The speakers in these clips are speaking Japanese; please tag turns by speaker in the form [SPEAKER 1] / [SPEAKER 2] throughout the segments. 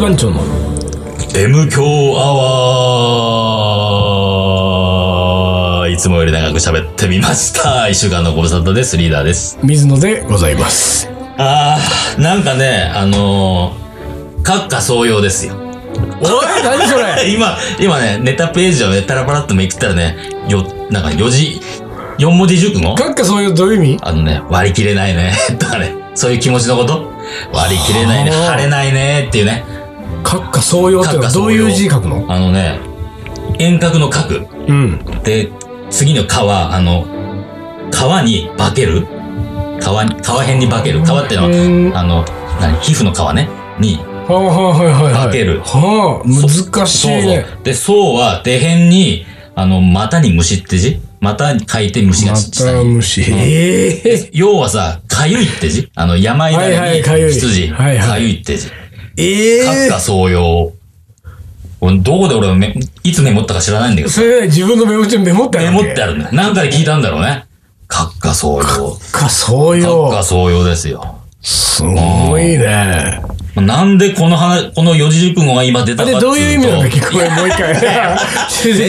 [SPEAKER 1] 番長の
[SPEAKER 2] M 強アワーいつもより長く喋ってみました。一週間のご無沙汰です。リーダーです。
[SPEAKER 1] 水野でございます。
[SPEAKER 2] あー、なんかね、あのー、閣下総用ですよ。
[SPEAKER 1] おい何それ
[SPEAKER 2] 今、今ね、ネタページをね、パラパラっとめくったらね、よ、なんか4字、4文字熟語
[SPEAKER 1] 学科そういうどういう意味
[SPEAKER 2] あのね、割り切れないね、 とかね、そういう気持ちのこと割り切れないね、
[SPEAKER 1] はあ
[SPEAKER 2] 晴れないね、っていうね。
[SPEAKER 1] 閣下総用っていうのは
[SPEAKER 2] 閣下
[SPEAKER 1] ど
[SPEAKER 2] 総
[SPEAKER 1] う
[SPEAKER 2] 用
[SPEAKER 1] いう字書くの
[SPEAKER 2] あのね、遠隔の角。
[SPEAKER 1] うん。
[SPEAKER 2] で、次の川、あの、川に化ける川に、川辺に化ける。川って
[SPEAKER 1] う
[SPEAKER 2] の
[SPEAKER 1] ん
[SPEAKER 2] は、あの、何皮膚の川ね。に、
[SPEAKER 1] はあ、はあはいはいはい。
[SPEAKER 2] 化ける
[SPEAKER 1] はあ、難しいね
[SPEAKER 2] そう。そうで、そうは、出辺に、あの、股に虫って字股に書いて虫が
[SPEAKER 1] ま
[SPEAKER 2] 下に
[SPEAKER 1] た。虫。ええ
[SPEAKER 2] 要はさ、かゆいって字あの、山
[SPEAKER 1] は
[SPEAKER 2] 犬
[SPEAKER 1] いはい
[SPEAKER 2] に
[SPEAKER 1] かゆい
[SPEAKER 2] 羊、か
[SPEAKER 1] はいはい
[SPEAKER 2] ゆいって字。
[SPEAKER 1] え
[SPEAKER 2] 閣下総用。俺どこで俺め、いつメモったか知らないんだけど、
[SPEAKER 1] それ自分のメモ帳にメモってあ
[SPEAKER 2] メ
[SPEAKER 1] る
[SPEAKER 2] モってあ
[SPEAKER 1] る。
[SPEAKER 2] るんだよ。なんかで聞いたんだろうね。閣下総用。
[SPEAKER 1] 閣下総
[SPEAKER 2] 閣
[SPEAKER 1] 用。
[SPEAKER 2] 下総用ですよ。
[SPEAKER 1] すごいね。
[SPEAKER 2] なんでこの話、この四字熟語が今出
[SPEAKER 1] あ
[SPEAKER 2] たかっ
[SPEAKER 1] れ
[SPEAKER 2] ていうと。
[SPEAKER 1] どういう意味なんだっけこれもう一回。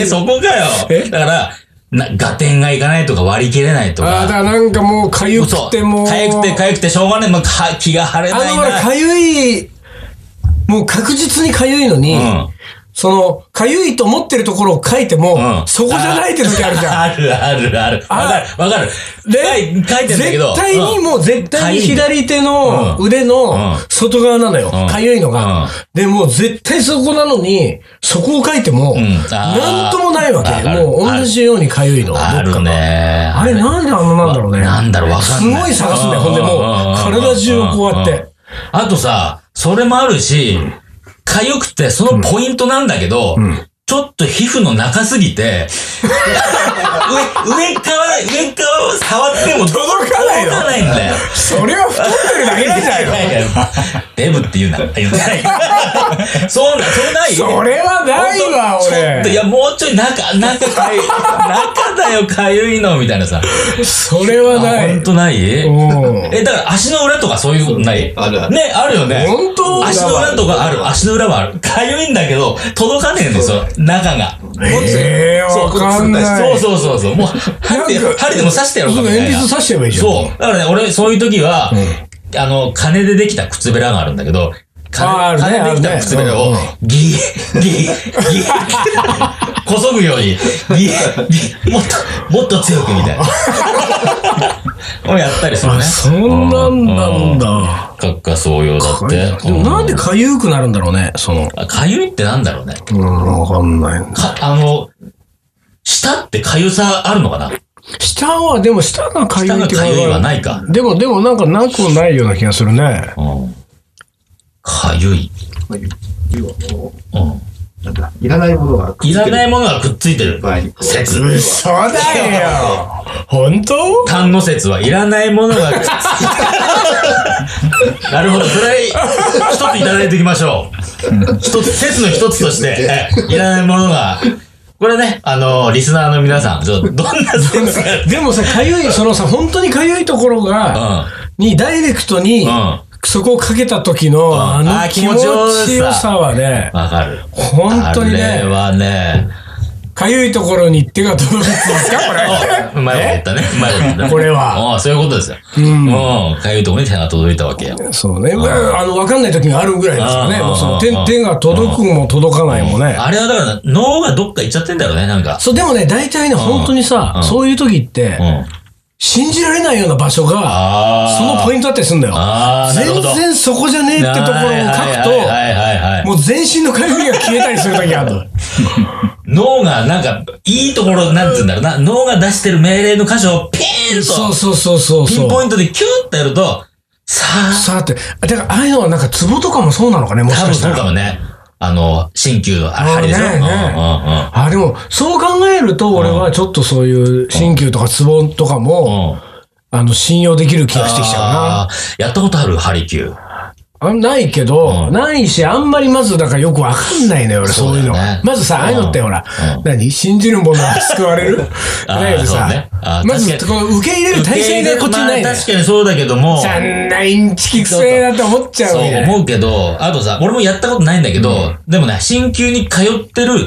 [SPEAKER 2] え、そこかよ
[SPEAKER 1] え。
[SPEAKER 2] だから、な、合点がいかないとか割り切れないと
[SPEAKER 1] ああ、だか
[SPEAKER 2] か。
[SPEAKER 1] らなんかもうかゆ
[SPEAKER 2] そ
[SPEAKER 1] く
[SPEAKER 2] う。
[SPEAKER 1] てもう。
[SPEAKER 2] かゆくてかゆくてしょうがない。もうか気が晴れ
[SPEAKER 1] あ
[SPEAKER 2] ない
[SPEAKER 1] の、ほら、
[SPEAKER 2] な。
[SPEAKER 1] かゆい、もう確実にかゆいのに、
[SPEAKER 2] うん
[SPEAKER 1] その、かゆいと思ってるところを書いても、
[SPEAKER 2] うん
[SPEAKER 1] そこじゃないって時あるじゃん。
[SPEAKER 2] あるあるある。
[SPEAKER 1] あ
[SPEAKER 2] わかる、わかる。
[SPEAKER 1] で
[SPEAKER 2] 書い書いてんだけど。
[SPEAKER 1] 絶対に、
[SPEAKER 2] うん
[SPEAKER 1] もう絶対に
[SPEAKER 2] かゆいんだ
[SPEAKER 1] 左手の
[SPEAKER 2] うん
[SPEAKER 1] 腕の
[SPEAKER 2] うん
[SPEAKER 1] 外側なのよ
[SPEAKER 2] うん。
[SPEAKER 1] かゆいの
[SPEAKER 2] う
[SPEAKER 1] が
[SPEAKER 2] ん。
[SPEAKER 1] で、もう絶対そこなのに、そこを書いても、
[SPEAKER 2] んあー
[SPEAKER 1] なんともないわ
[SPEAKER 2] わ
[SPEAKER 1] け。
[SPEAKER 2] かる
[SPEAKER 1] もう同じようにかゆいの。
[SPEAKER 2] あ
[SPEAKER 1] どっか
[SPEAKER 2] る
[SPEAKER 1] が
[SPEAKER 2] ね。
[SPEAKER 1] あれなんであのなんだろうね。
[SPEAKER 2] なんだろう、わかんない。
[SPEAKER 1] すごい探すんだよ。ほんでもう、体中をこうやって。。
[SPEAKER 2] あとさ、それもあるし、かゆくて、そのポイントなんだけど、ちょっと皮膚の中すぎて、 上、上から、上からを触っても
[SPEAKER 1] 届かないの
[SPEAKER 2] 届かないんだよ。
[SPEAKER 1] それは太ってるだけじゃないの
[SPEAKER 2] いやいやデブって言う な。言うない。そうな、そうないよ。
[SPEAKER 1] それはないわ、
[SPEAKER 2] ちょっとい
[SPEAKER 1] 俺。
[SPEAKER 2] や、もうちょい中、中かゆい、中だよ、かゆいの、みたい なさ。
[SPEAKER 1] それはな
[SPEAKER 2] ほ
[SPEAKER 1] い
[SPEAKER 2] ん。とない
[SPEAKER 1] うん
[SPEAKER 2] え、だから足の裏とかそういうことない
[SPEAKER 3] あるある
[SPEAKER 2] ね、あるよね。
[SPEAKER 1] 本当
[SPEAKER 2] 足の裏とかある。足の裏はある。かゆいんだけど、届かねえの、その、中が。
[SPEAKER 1] ええ
[SPEAKER 2] そう
[SPEAKER 1] わかんない。
[SPEAKER 2] そうそうそうそう。もう、針で、
[SPEAKER 1] なんか
[SPEAKER 2] 針でも刺してやろうかみたいな。
[SPEAKER 1] そう鉛筆刺しちゃえばいいじゃん
[SPEAKER 2] そう。だからね、俺、そういう時は、あの、金でできた靴べらがあるんだけど、
[SPEAKER 1] あーあ
[SPEAKER 2] 金
[SPEAKER 1] るね
[SPEAKER 2] 金で
[SPEAKER 1] ある
[SPEAKER 2] できた
[SPEAKER 1] ね
[SPEAKER 2] 靴べら
[SPEAKER 1] うん
[SPEAKER 2] を
[SPEAKER 1] うん、
[SPEAKER 2] ギー、ギー、ギー、こそぐように、ギー、ギー、もっと、もっと強くみたいな。をやったりするね。
[SPEAKER 1] あそんなんなん
[SPEAKER 2] う。
[SPEAKER 1] だ。
[SPEAKER 2] 閣下総用だって。
[SPEAKER 1] でもなんで
[SPEAKER 2] うん
[SPEAKER 1] かゆくなるんだろうね、その。
[SPEAKER 2] あかゆいってなんだろうね。
[SPEAKER 1] うん、わかんない。
[SPEAKER 2] か、あの、舌ってかゆさあるのかな
[SPEAKER 1] 下は、でも下がかゆ
[SPEAKER 2] 舌
[SPEAKER 1] い
[SPEAKER 2] が
[SPEAKER 1] って。
[SPEAKER 2] かゆいはないいか。
[SPEAKER 1] でも、でもなんかなくもないような気がするね。
[SPEAKER 2] うん。かゆい。
[SPEAKER 3] まあ、要はも
[SPEAKER 2] うん。
[SPEAKER 3] う、なんだ、いらないものがくっ
[SPEAKER 2] い
[SPEAKER 3] つ
[SPEAKER 2] ら
[SPEAKER 3] けてる
[SPEAKER 2] ないものがくっついてる
[SPEAKER 3] 場合 に。
[SPEAKER 2] 説。
[SPEAKER 1] 嘘だよ。本当
[SPEAKER 2] 単語説はいらないものがくっつ いてる。なるほど。それ、一ついただいておきましょう。一つ、説の一つとして、えいらないものが、これね、あの、リスナーの皆さん、ちょっとどんな説が、
[SPEAKER 1] でもさ、かゆい、そのさ、本当にかゆいところが、に、ダイレクトに、
[SPEAKER 2] うん
[SPEAKER 1] そこをかけた時の、
[SPEAKER 2] ん
[SPEAKER 1] あ
[SPEAKER 2] あ
[SPEAKER 1] の
[SPEAKER 2] ー
[SPEAKER 1] 気
[SPEAKER 2] 気
[SPEAKER 1] 持ち
[SPEAKER 2] 持ち
[SPEAKER 1] よ
[SPEAKER 2] よ
[SPEAKER 1] さ
[SPEAKER 2] さ
[SPEAKER 1] はね、
[SPEAKER 2] わかる。
[SPEAKER 1] 本当に
[SPEAKER 2] あれ
[SPEAKER 1] ね、
[SPEAKER 2] はね、
[SPEAKER 1] かゆいところに手が届くんですか、こ れ。
[SPEAKER 2] うまいこと言ったね。うまいこと言 ったね。
[SPEAKER 1] これは
[SPEAKER 2] うん。そういうことですよ。
[SPEAKER 1] ん
[SPEAKER 2] うん。かゆいところに手が届いたわけよ。
[SPEAKER 1] そうね。まあ、あの、わかんない時があるぐらいですよね。
[SPEAKER 2] うん
[SPEAKER 1] もうその
[SPEAKER 2] う
[SPEAKER 1] 手
[SPEAKER 2] ん
[SPEAKER 1] 手が届くも届かないもね。
[SPEAKER 2] あれはだから、脳がどっか行っちゃってんだろうね、なんか。
[SPEAKER 1] そう、でもね、大体ね、本当に
[SPEAKER 2] う
[SPEAKER 1] さ、
[SPEAKER 2] ん
[SPEAKER 1] そういう時って
[SPEAKER 2] う、ん。
[SPEAKER 1] 信じられないような場所が、
[SPEAKER 2] あ
[SPEAKER 1] そのポイ
[SPEAKER 2] ン
[SPEAKER 1] ントだったりすんだよ
[SPEAKER 2] あ。ーなるほ
[SPEAKER 1] 全
[SPEAKER 2] ど
[SPEAKER 1] 然そこじゃねえってところを書くと、
[SPEAKER 2] はいはいはいはい。
[SPEAKER 1] もう全身のかゆみが消えたりする時あ るの。
[SPEAKER 2] 脳がなんか、いいところ、なんつうんだろうな。脳が出してる命令の箇所をピーン
[SPEAKER 1] そう
[SPEAKER 2] と、
[SPEAKER 1] そうそうそう
[SPEAKER 2] ピ
[SPEAKER 1] そ
[SPEAKER 2] ンポイ
[SPEAKER 1] う。
[SPEAKER 2] ントでキューってやると、さあ、
[SPEAKER 1] さて、だからああいうのはなんかツボとかもそうなのかね、もし
[SPEAKER 2] 多
[SPEAKER 1] か
[SPEAKER 2] 分
[SPEAKER 1] した
[SPEAKER 2] そう
[SPEAKER 1] ら。
[SPEAKER 2] かもね。あの、鍼灸の、あ
[SPEAKER 1] あ
[SPEAKER 2] れ
[SPEAKER 1] ー
[SPEAKER 2] あれでしょ
[SPEAKER 1] ねえ
[SPEAKER 2] うんうん
[SPEAKER 1] ねえ
[SPEAKER 2] うん。
[SPEAKER 1] あ、でも、そう考えると、俺はちょっとそういう、鍼灸とかツボとかも、
[SPEAKER 2] うん
[SPEAKER 1] あの、信用できる気がしてきちゃうな。
[SPEAKER 2] あーやったことあるハリキュー。
[SPEAKER 1] あないけど、ないし、あんまりまず、だからよくわかんないのよ、俺、
[SPEAKER 2] そ
[SPEAKER 1] そうう
[SPEAKER 2] だ
[SPEAKER 1] いう
[SPEAKER 2] よね
[SPEAKER 1] のが。まずさ、ああいうのってほら
[SPEAKER 2] うん、
[SPEAKER 1] 何信じる者は救われる
[SPEAKER 2] あー
[SPEAKER 1] だけど
[SPEAKER 2] そう
[SPEAKER 1] さ
[SPEAKER 2] ねあ、ー
[SPEAKER 1] まず、
[SPEAKER 2] 確か
[SPEAKER 1] こう受け入れる体制がこっちにない
[SPEAKER 2] ま
[SPEAKER 1] の
[SPEAKER 2] あ
[SPEAKER 1] よ。
[SPEAKER 2] 確かにそうだけども、
[SPEAKER 1] そんなインチキくせえなって思っちゃう
[SPEAKER 2] そ
[SPEAKER 1] わけじ
[SPEAKER 2] う
[SPEAKER 1] ゃない
[SPEAKER 2] 思うけど、あとさ、俺もやったことないんだけど、でもね、進級に通ってる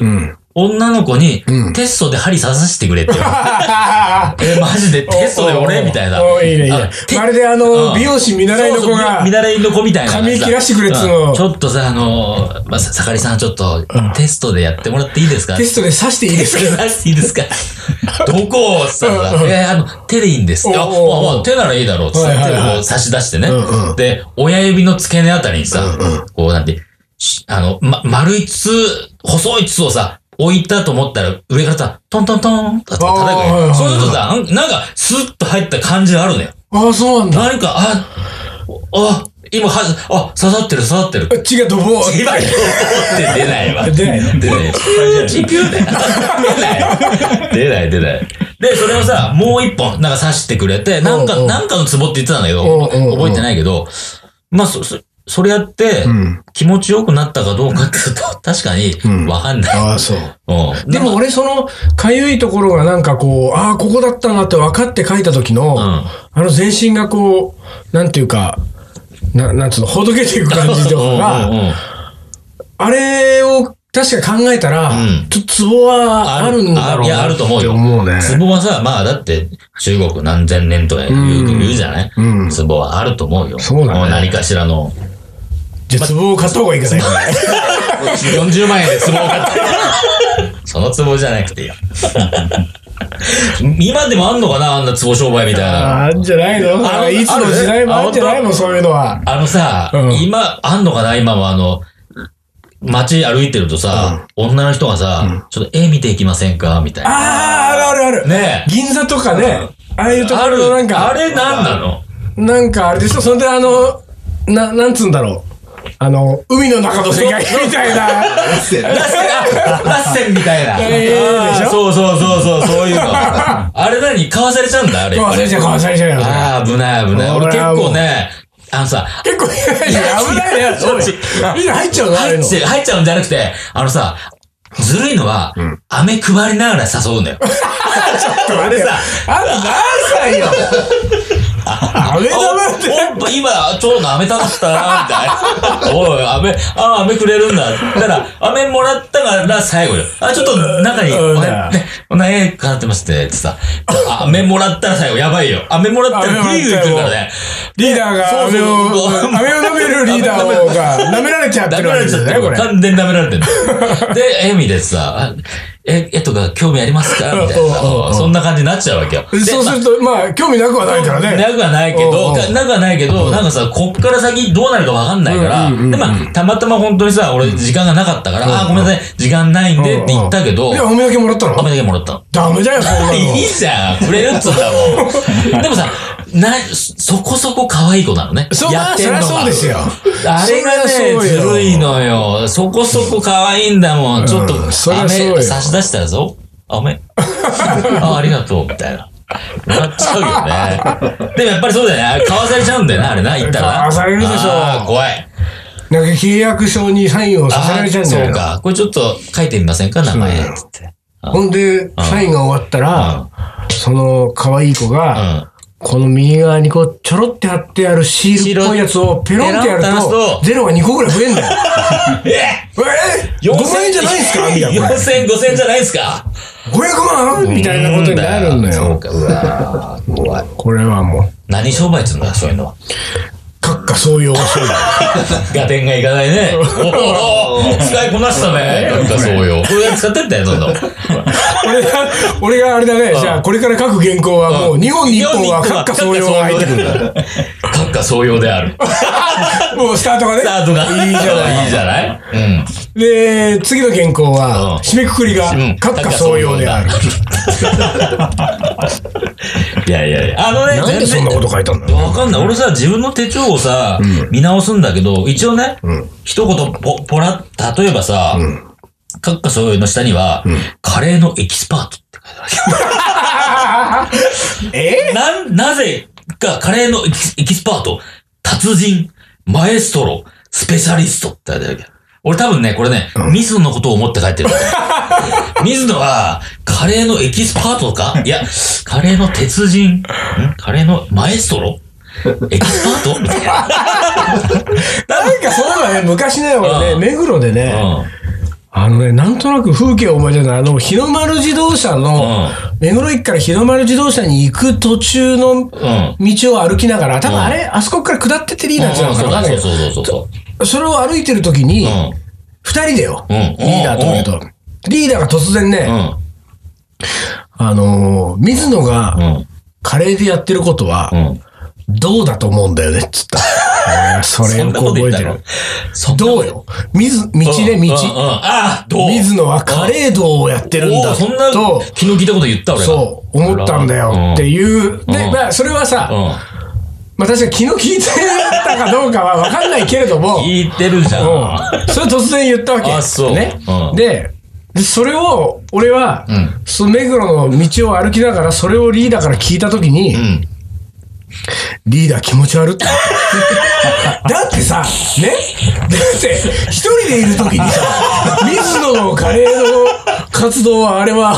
[SPEAKER 2] 女の子に、テストで針刺させてくれって言われて。え、マジでテストで俺みたいな。
[SPEAKER 1] おおいいねいいね
[SPEAKER 2] あて
[SPEAKER 1] まるであの
[SPEAKER 2] うん
[SPEAKER 1] 美容師見習いの子
[SPEAKER 2] そうそう
[SPEAKER 1] が
[SPEAKER 2] 見習いの子みたいな。
[SPEAKER 1] 髪切らしてくれっつうの
[SPEAKER 2] んちょっとさ、あの、まあ、ささかりさん、ちょっと、テストでやってもらっていいですか
[SPEAKER 1] テストで刺していいです
[SPEAKER 2] そ
[SPEAKER 1] か
[SPEAKER 2] れ出してい いですかどこをつったら
[SPEAKER 1] うんうん
[SPEAKER 2] いや、あの、手でいいんですって。あ、
[SPEAKER 1] お
[SPEAKER 2] ま
[SPEAKER 1] うおうおう
[SPEAKER 2] あまあ、手ならいいだろう。つっ
[SPEAKER 1] はい
[SPEAKER 2] て、
[SPEAKER 1] はいはい
[SPEAKER 2] 手を差し出してね。で、親指の付け根あたりにさ、こうなんて、しあの、ま、丸い筒、細い筒をさ、置いたと思ったら、上からさ、トントントンと叩く
[SPEAKER 1] あーはいはいは
[SPEAKER 2] ね
[SPEAKER 1] い
[SPEAKER 2] そうするとさ、なんなんか、スッと入った感じがあるのよ。
[SPEAKER 1] ああ、そうなんだ。
[SPEAKER 2] 何か、あ、あ、今は、あ、刺さってる、刺さってる。
[SPEAKER 1] 血がドボ ーン。
[SPEAKER 2] 今、って出ないわ。
[SPEAKER 1] 出ないの
[SPEAKER 2] 出ない。チピューだよ。出ない。出ない、出ない。で、それをさ、もう一本、なんか刺してくれて、な
[SPEAKER 1] う
[SPEAKER 2] ん
[SPEAKER 1] んう
[SPEAKER 2] か、
[SPEAKER 1] ん
[SPEAKER 2] なんかのツボって言ってたんだけ
[SPEAKER 1] うん
[SPEAKER 2] ど、
[SPEAKER 1] うんうん
[SPEAKER 2] 覚えてないけど、まあ、そ、そそれやって、気持ちよくなったかどうかっていうと、確かに、わかんない。
[SPEAKER 1] ああ、そう。
[SPEAKER 2] うん
[SPEAKER 1] でも、俺、その、かゆいところがなんかこう、ああ、ここだったなって分かって書いた時の、
[SPEAKER 2] ん
[SPEAKER 1] あの全身がこう、なんていうか、ななんつうの、ほどけていく感じとかが、
[SPEAKER 2] うんうんうん
[SPEAKER 1] あれを確かに考えたら、
[SPEAKER 2] うん
[SPEAKER 1] ちょっとツボはあるんだろうな。
[SPEAKER 2] いや、あると思うよ。
[SPEAKER 1] って思うね。
[SPEAKER 2] ツボはさ、まあだって、中国何千年とか言う,、言うじゃない、
[SPEAKER 1] うん
[SPEAKER 2] ツボはあると思うよ。
[SPEAKER 1] そうだね
[SPEAKER 2] も何かしらの。
[SPEAKER 1] じゃあ、ツボを買った方がいいかね。
[SPEAKER 2] 40万円でツボを買って。そのツボじゃなくてよ。今でもあんのかなあんなツボ商売みたいな。
[SPEAKER 1] ああんじゃないの
[SPEAKER 2] あ
[SPEAKER 1] あいつの時代もあんじゃない
[SPEAKER 2] あ
[SPEAKER 1] の
[SPEAKER 2] 本当
[SPEAKER 1] そういうのは。
[SPEAKER 2] あのさ、
[SPEAKER 1] うん
[SPEAKER 2] 今、あんのかな今もあの、街歩いてるとさ、女の人がさ、ちょっと絵見ていきませんかみたいな。
[SPEAKER 1] ああ、あるあるある。
[SPEAKER 2] ねえ。
[SPEAKER 1] 銀座とかね、ああいうとこ
[SPEAKER 2] あ
[SPEAKER 1] ろの
[SPEAKER 2] る、
[SPEAKER 1] なんか、
[SPEAKER 2] あれなんなの
[SPEAKER 1] なんかあれでしょ、それであの、な、なんつうんだろう。あの、海の中の世界みたいな。
[SPEAKER 3] ラッセン
[SPEAKER 2] ラッセンあ、ラッセンみたいな。
[SPEAKER 1] ええ
[SPEAKER 2] あー
[SPEAKER 1] でしょ
[SPEAKER 2] そうそうそうそう、そういうの。 あれ何買わされちゃうんだあれ。
[SPEAKER 1] こう忘れちゃう、こう忘れちゃうよ。
[SPEAKER 2] ああ、危ない危ない。
[SPEAKER 1] こ
[SPEAKER 2] 俺
[SPEAKER 1] れ
[SPEAKER 2] 結
[SPEAKER 1] はもう
[SPEAKER 2] 構ね、あのさ、
[SPEAKER 1] 結構、いや危ないね。
[SPEAKER 2] そ
[SPEAKER 1] そうう
[SPEAKER 2] です
[SPEAKER 1] みんな入っちゃうのあれ
[SPEAKER 2] 入
[SPEAKER 1] の
[SPEAKER 2] っ。ちゃう入っちゃうんじゃなくて、あのさ、ずるいのは、飴配りながら誘 うんだよ。
[SPEAKER 1] あれさ、あんた何歳よ。あれだなって。
[SPEAKER 2] おお今、ちょうど飴食べてたな、みた いな。おい、飴、あ、飴くれるんだ。だから、飴もらったから最後よ。あ、ちょっと中に、
[SPEAKER 1] うん
[SPEAKER 2] おなね、おなえかかってまして、ってさ、あ飴もらったら最後、やばいよ。飴もらったらグイグイ来るからね。
[SPEAKER 1] リーダーが、
[SPEAKER 2] そう
[SPEAKER 1] 飴
[SPEAKER 2] そう
[SPEAKER 1] を、飴を舐めるリーダーをが、舐められちゃって
[SPEAKER 2] ダメ
[SPEAKER 1] るわ
[SPEAKER 2] ら
[SPEAKER 1] け
[SPEAKER 2] れ
[SPEAKER 1] で
[SPEAKER 2] ち
[SPEAKER 1] す
[SPEAKER 2] ゃって
[SPEAKER 1] ね、こ
[SPEAKER 2] る。
[SPEAKER 1] れ。
[SPEAKER 2] 完全にダメられてる。 で、エミでさ、あえ、絵とか興味あります かみたいな
[SPEAKER 1] うんうんうん
[SPEAKER 2] さ。そんな感じになっちゃうわけよ。で
[SPEAKER 1] そうすると、まあ、興味なくはないからね。
[SPEAKER 2] なくはないけ
[SPEAKER 1] う
[SPEAKER 2] ど、
[SPEAKER 1] んうん
[SPEAKER 2] かなくはないけど、なんかさ、こっから先どうなるかわかんないから、
[SPEAKER 1] うんうんうんうん
[SPEAKER 2] で、まあ、たまたま本当にさ、俺時間がなかったから、あー、ごめんなさい、時間ないんでって言ったけど、
[SPEAKER 1] で、おめだけもらった
[SPEAKER 2] お
[SPEAKER 1] の
[SPEAKER 2] めだけもらったの。
[SPEAKER 1] ダメだよ、そんなの。
[SPEAKER 2] いいじゃん、くれるっつうんだもん。でもさ、な、そこそこ可愛い子なのね。
[SPEAKER 1] そう
[SPEAKER 2] やってんの
[SPEAKER 1] そりゃそうですよ
[SPEAKER 2] あれが
[SPEAKER 1] そり
[SPEAKER 2] ね、
[SPEAKER 1] ゃそう
[SPEAKER 2] ず
[SPEAKER 1] よ
[SPEAKER 2] るいのよ。そこそこ可愛いんだもん。ちょっと、
[SPEAKER 1] うんそり
[SPEAKER 2] 飴
[SPEAKER 1] ゃそうよ
[SPEAKER 2] 差し出したぞ。あ、おめ。あ、ありがとう、みたいな。なっちゃうよね。でもやっぱりそうだよね。買わされちゃうんだよな、あれな、言ったらな。
[SPEAKER 1] 買わされるでしょ
[SPEAKER 2] あー怖い。
[SPEAKER 1] なんか契約書にサインをさせられちゃうんじゃない
[SPEAKER 2] あー
[SPEAKER 1] の
[SPEAKER 2] そうか。これちょっと書いてみませんか、名前。つって。
[SPEAKER 1] ほんで、サインが終わったら、その可愛い子
[SPEAKER 2] う
[SPEAKER 1] が、
[SPEAKER 2] ん。
[SPEAKER 1] この右側にこう、ちょろって貼ってあるシールっぽいやつをペロンってやる
[SPEAKER 2] ペロンってやる
[SPEAKER 1] と
[SPEAKER 2] と、
[SPEAKER 1] ゼロが2個ぐらい増 えんだよ。ええ !5 万円じゃないんすかみたいな。これ
[SPEAKER 2] 4000、5000じゃないですか
[SPEAKER 1] 500万みたいなことになるの
[SPEAKER 2] そう
[SPEAKER 1] よ。
[SPEAKER 2] か、うわー怖い。
[SPEAKER 1] これはもう、
[SPEAKER 2] 何商売っつうんだ、そういうのは。
[SPEAKER 1] 閣下そういうお 仕
[SPEAKER 2] ガテンがいかないね。おーおー使いこなしたね。なんかそうよ。これ使ってったよ、どんどん。
[SPEAKER 1] 俺が、俺があれだね、じゃあこれから書く原稿はもう、日本に1本は閣下そういうが入ってくる。
[SPEAKER 2] る。閣下総用である。
[SPEAKER 1] もうスタートがね
[SPEAKER 2] ス。タートが。
[SPEAKER 1] いいじゃない
[SPEAKER 2] いいじゃないうん。
[SPEAKER 1] で、次の原稿
[SPEAKER 2] うん
[SPEAKER 1] は、締めくくりが、
[SPEAKER 2] うん
[SPEAKER 1] 閣下総用である。
[SPEAKER 2] いやいやいや。あのね、
[SPEAKER 1] なんでそんなこと書いたんだろう
[SPEAKER 2] わかんない。俺さ、自分の手帳をさ、見直すんだけど、一応ね、一言ぽ、ぽら、例えばさ、閣下そういうの下には、カレーのエキスパートって書いてある。
[SPEAKER 1] え
[SPEAKER 2] な、なぜか、カレーのエキスエキスパート、達人、マエストロ、スペシャリストって書いてあるけど。俺多分ね、これね、水野のことを思って書いてる。水野は、カレーのエキスパートかいや、カレーの鉄人、んカレーのマエストロエキスパートみたいな。
[SPEAKER 1] なんかそうだね、昔ね、俺
[SPEAKER 2] う
[SPEAKER 1] ね、
[SPEAKER 2] ん
[SPEAKER 1] 目黒でね、
[SPEAKER 2] うん。
[SPEAKER 1] あのね、なんとなく風景を覚えてるのは、あの、日の丸自動車の、目黒駅から日の丸自動車に行く途中の
[SPEAKER 2] うん。
[SPEAKER 1] 道を歩きながら、多分あれ、あそこから下ってってリーダーちゃうのかなわかんない
[SPEAKER 2] そう
[SPEAKER 1] け
[SPEAKER 2] そうそうそうそう。
[SPEAKER 1] ど。それを歩いてる時に
[SPEAKER 2] う、ん。
[SPEAKER 1] 二人でよ、
[SPEAKER 2] うん
[SPEAKER 1] リーダーと俺と。リーダーが突然
[SPEAKER 2] う
[SPEAKER 1] ね、
[SPEAKER 2] ん。
[SPEAKER 1] あのー、水野
[SPEAKER 2] う
[SPEAKER 1] が
[SPEAKER 2] ん。
[SPEAKER 1] カレーでやってることは
[SPEAKER 2] う、ん。
[SPEAKER 1] どうだと思うんだよね、っつった。うんそれ
[SPEAKER 2] そ
[SPEAKER 1] よ
[SPEAKER 2] ん
[SPEAKER 1] く
[SPEAKER 2] なこと
[SPEAKER 1] 覚え
[SPEAKER 2] 言った
[SPEAKER 1] て
[SPEAKER 2] の
[SPEAKER 1] る。どうよ。水、道ね、
[SPEAKER 2] うんうんうん
[SPEAKER 1] 道。
[SPEAKER 2] ああ、どう
[SPEAKER 1] 水野はカレー道をやってるん
[SPEAKER 2] お
[SPEAKER 1] だ
[SPEAKER 2] ーそんな、
[SPEAKER 1] と、
[SPEAKER 2] 気の利いたこと言った俺が。
[SPEAKER 1] そう、思ったんだよっていう。で、
[SPEAKER 2] うん
[SPEAKER 1] まあ、それはさ、
[SPEAKER 2] う
[SPEAKER 1] まあ確かに気の利いてたかどうかはわかんないけれども、
[SPEAKER 2] ん。聞いてるじゃ
[SPEAKER 1] う
[SPEAKER 2] ん。
[SPEAKER 1] んそれ突然言ったわけ。
[SPEAKER 2] あそう
[SPEAKER 1] ね
[SPEAKER 2] うん
[SPEAKER 1] で、でそれを、俺は、
[SPEAKER 2] うん
[SPEAKER 1] その目黒の道を歩きながら、それをリーダーから聞いたときに、
[SPEAKER 2] うん。
[SPEAKER 1] リーダー気持ち悪って思った。だってさ、ねだって、一人でいるときにさ、水野のカレーの活動はあれは、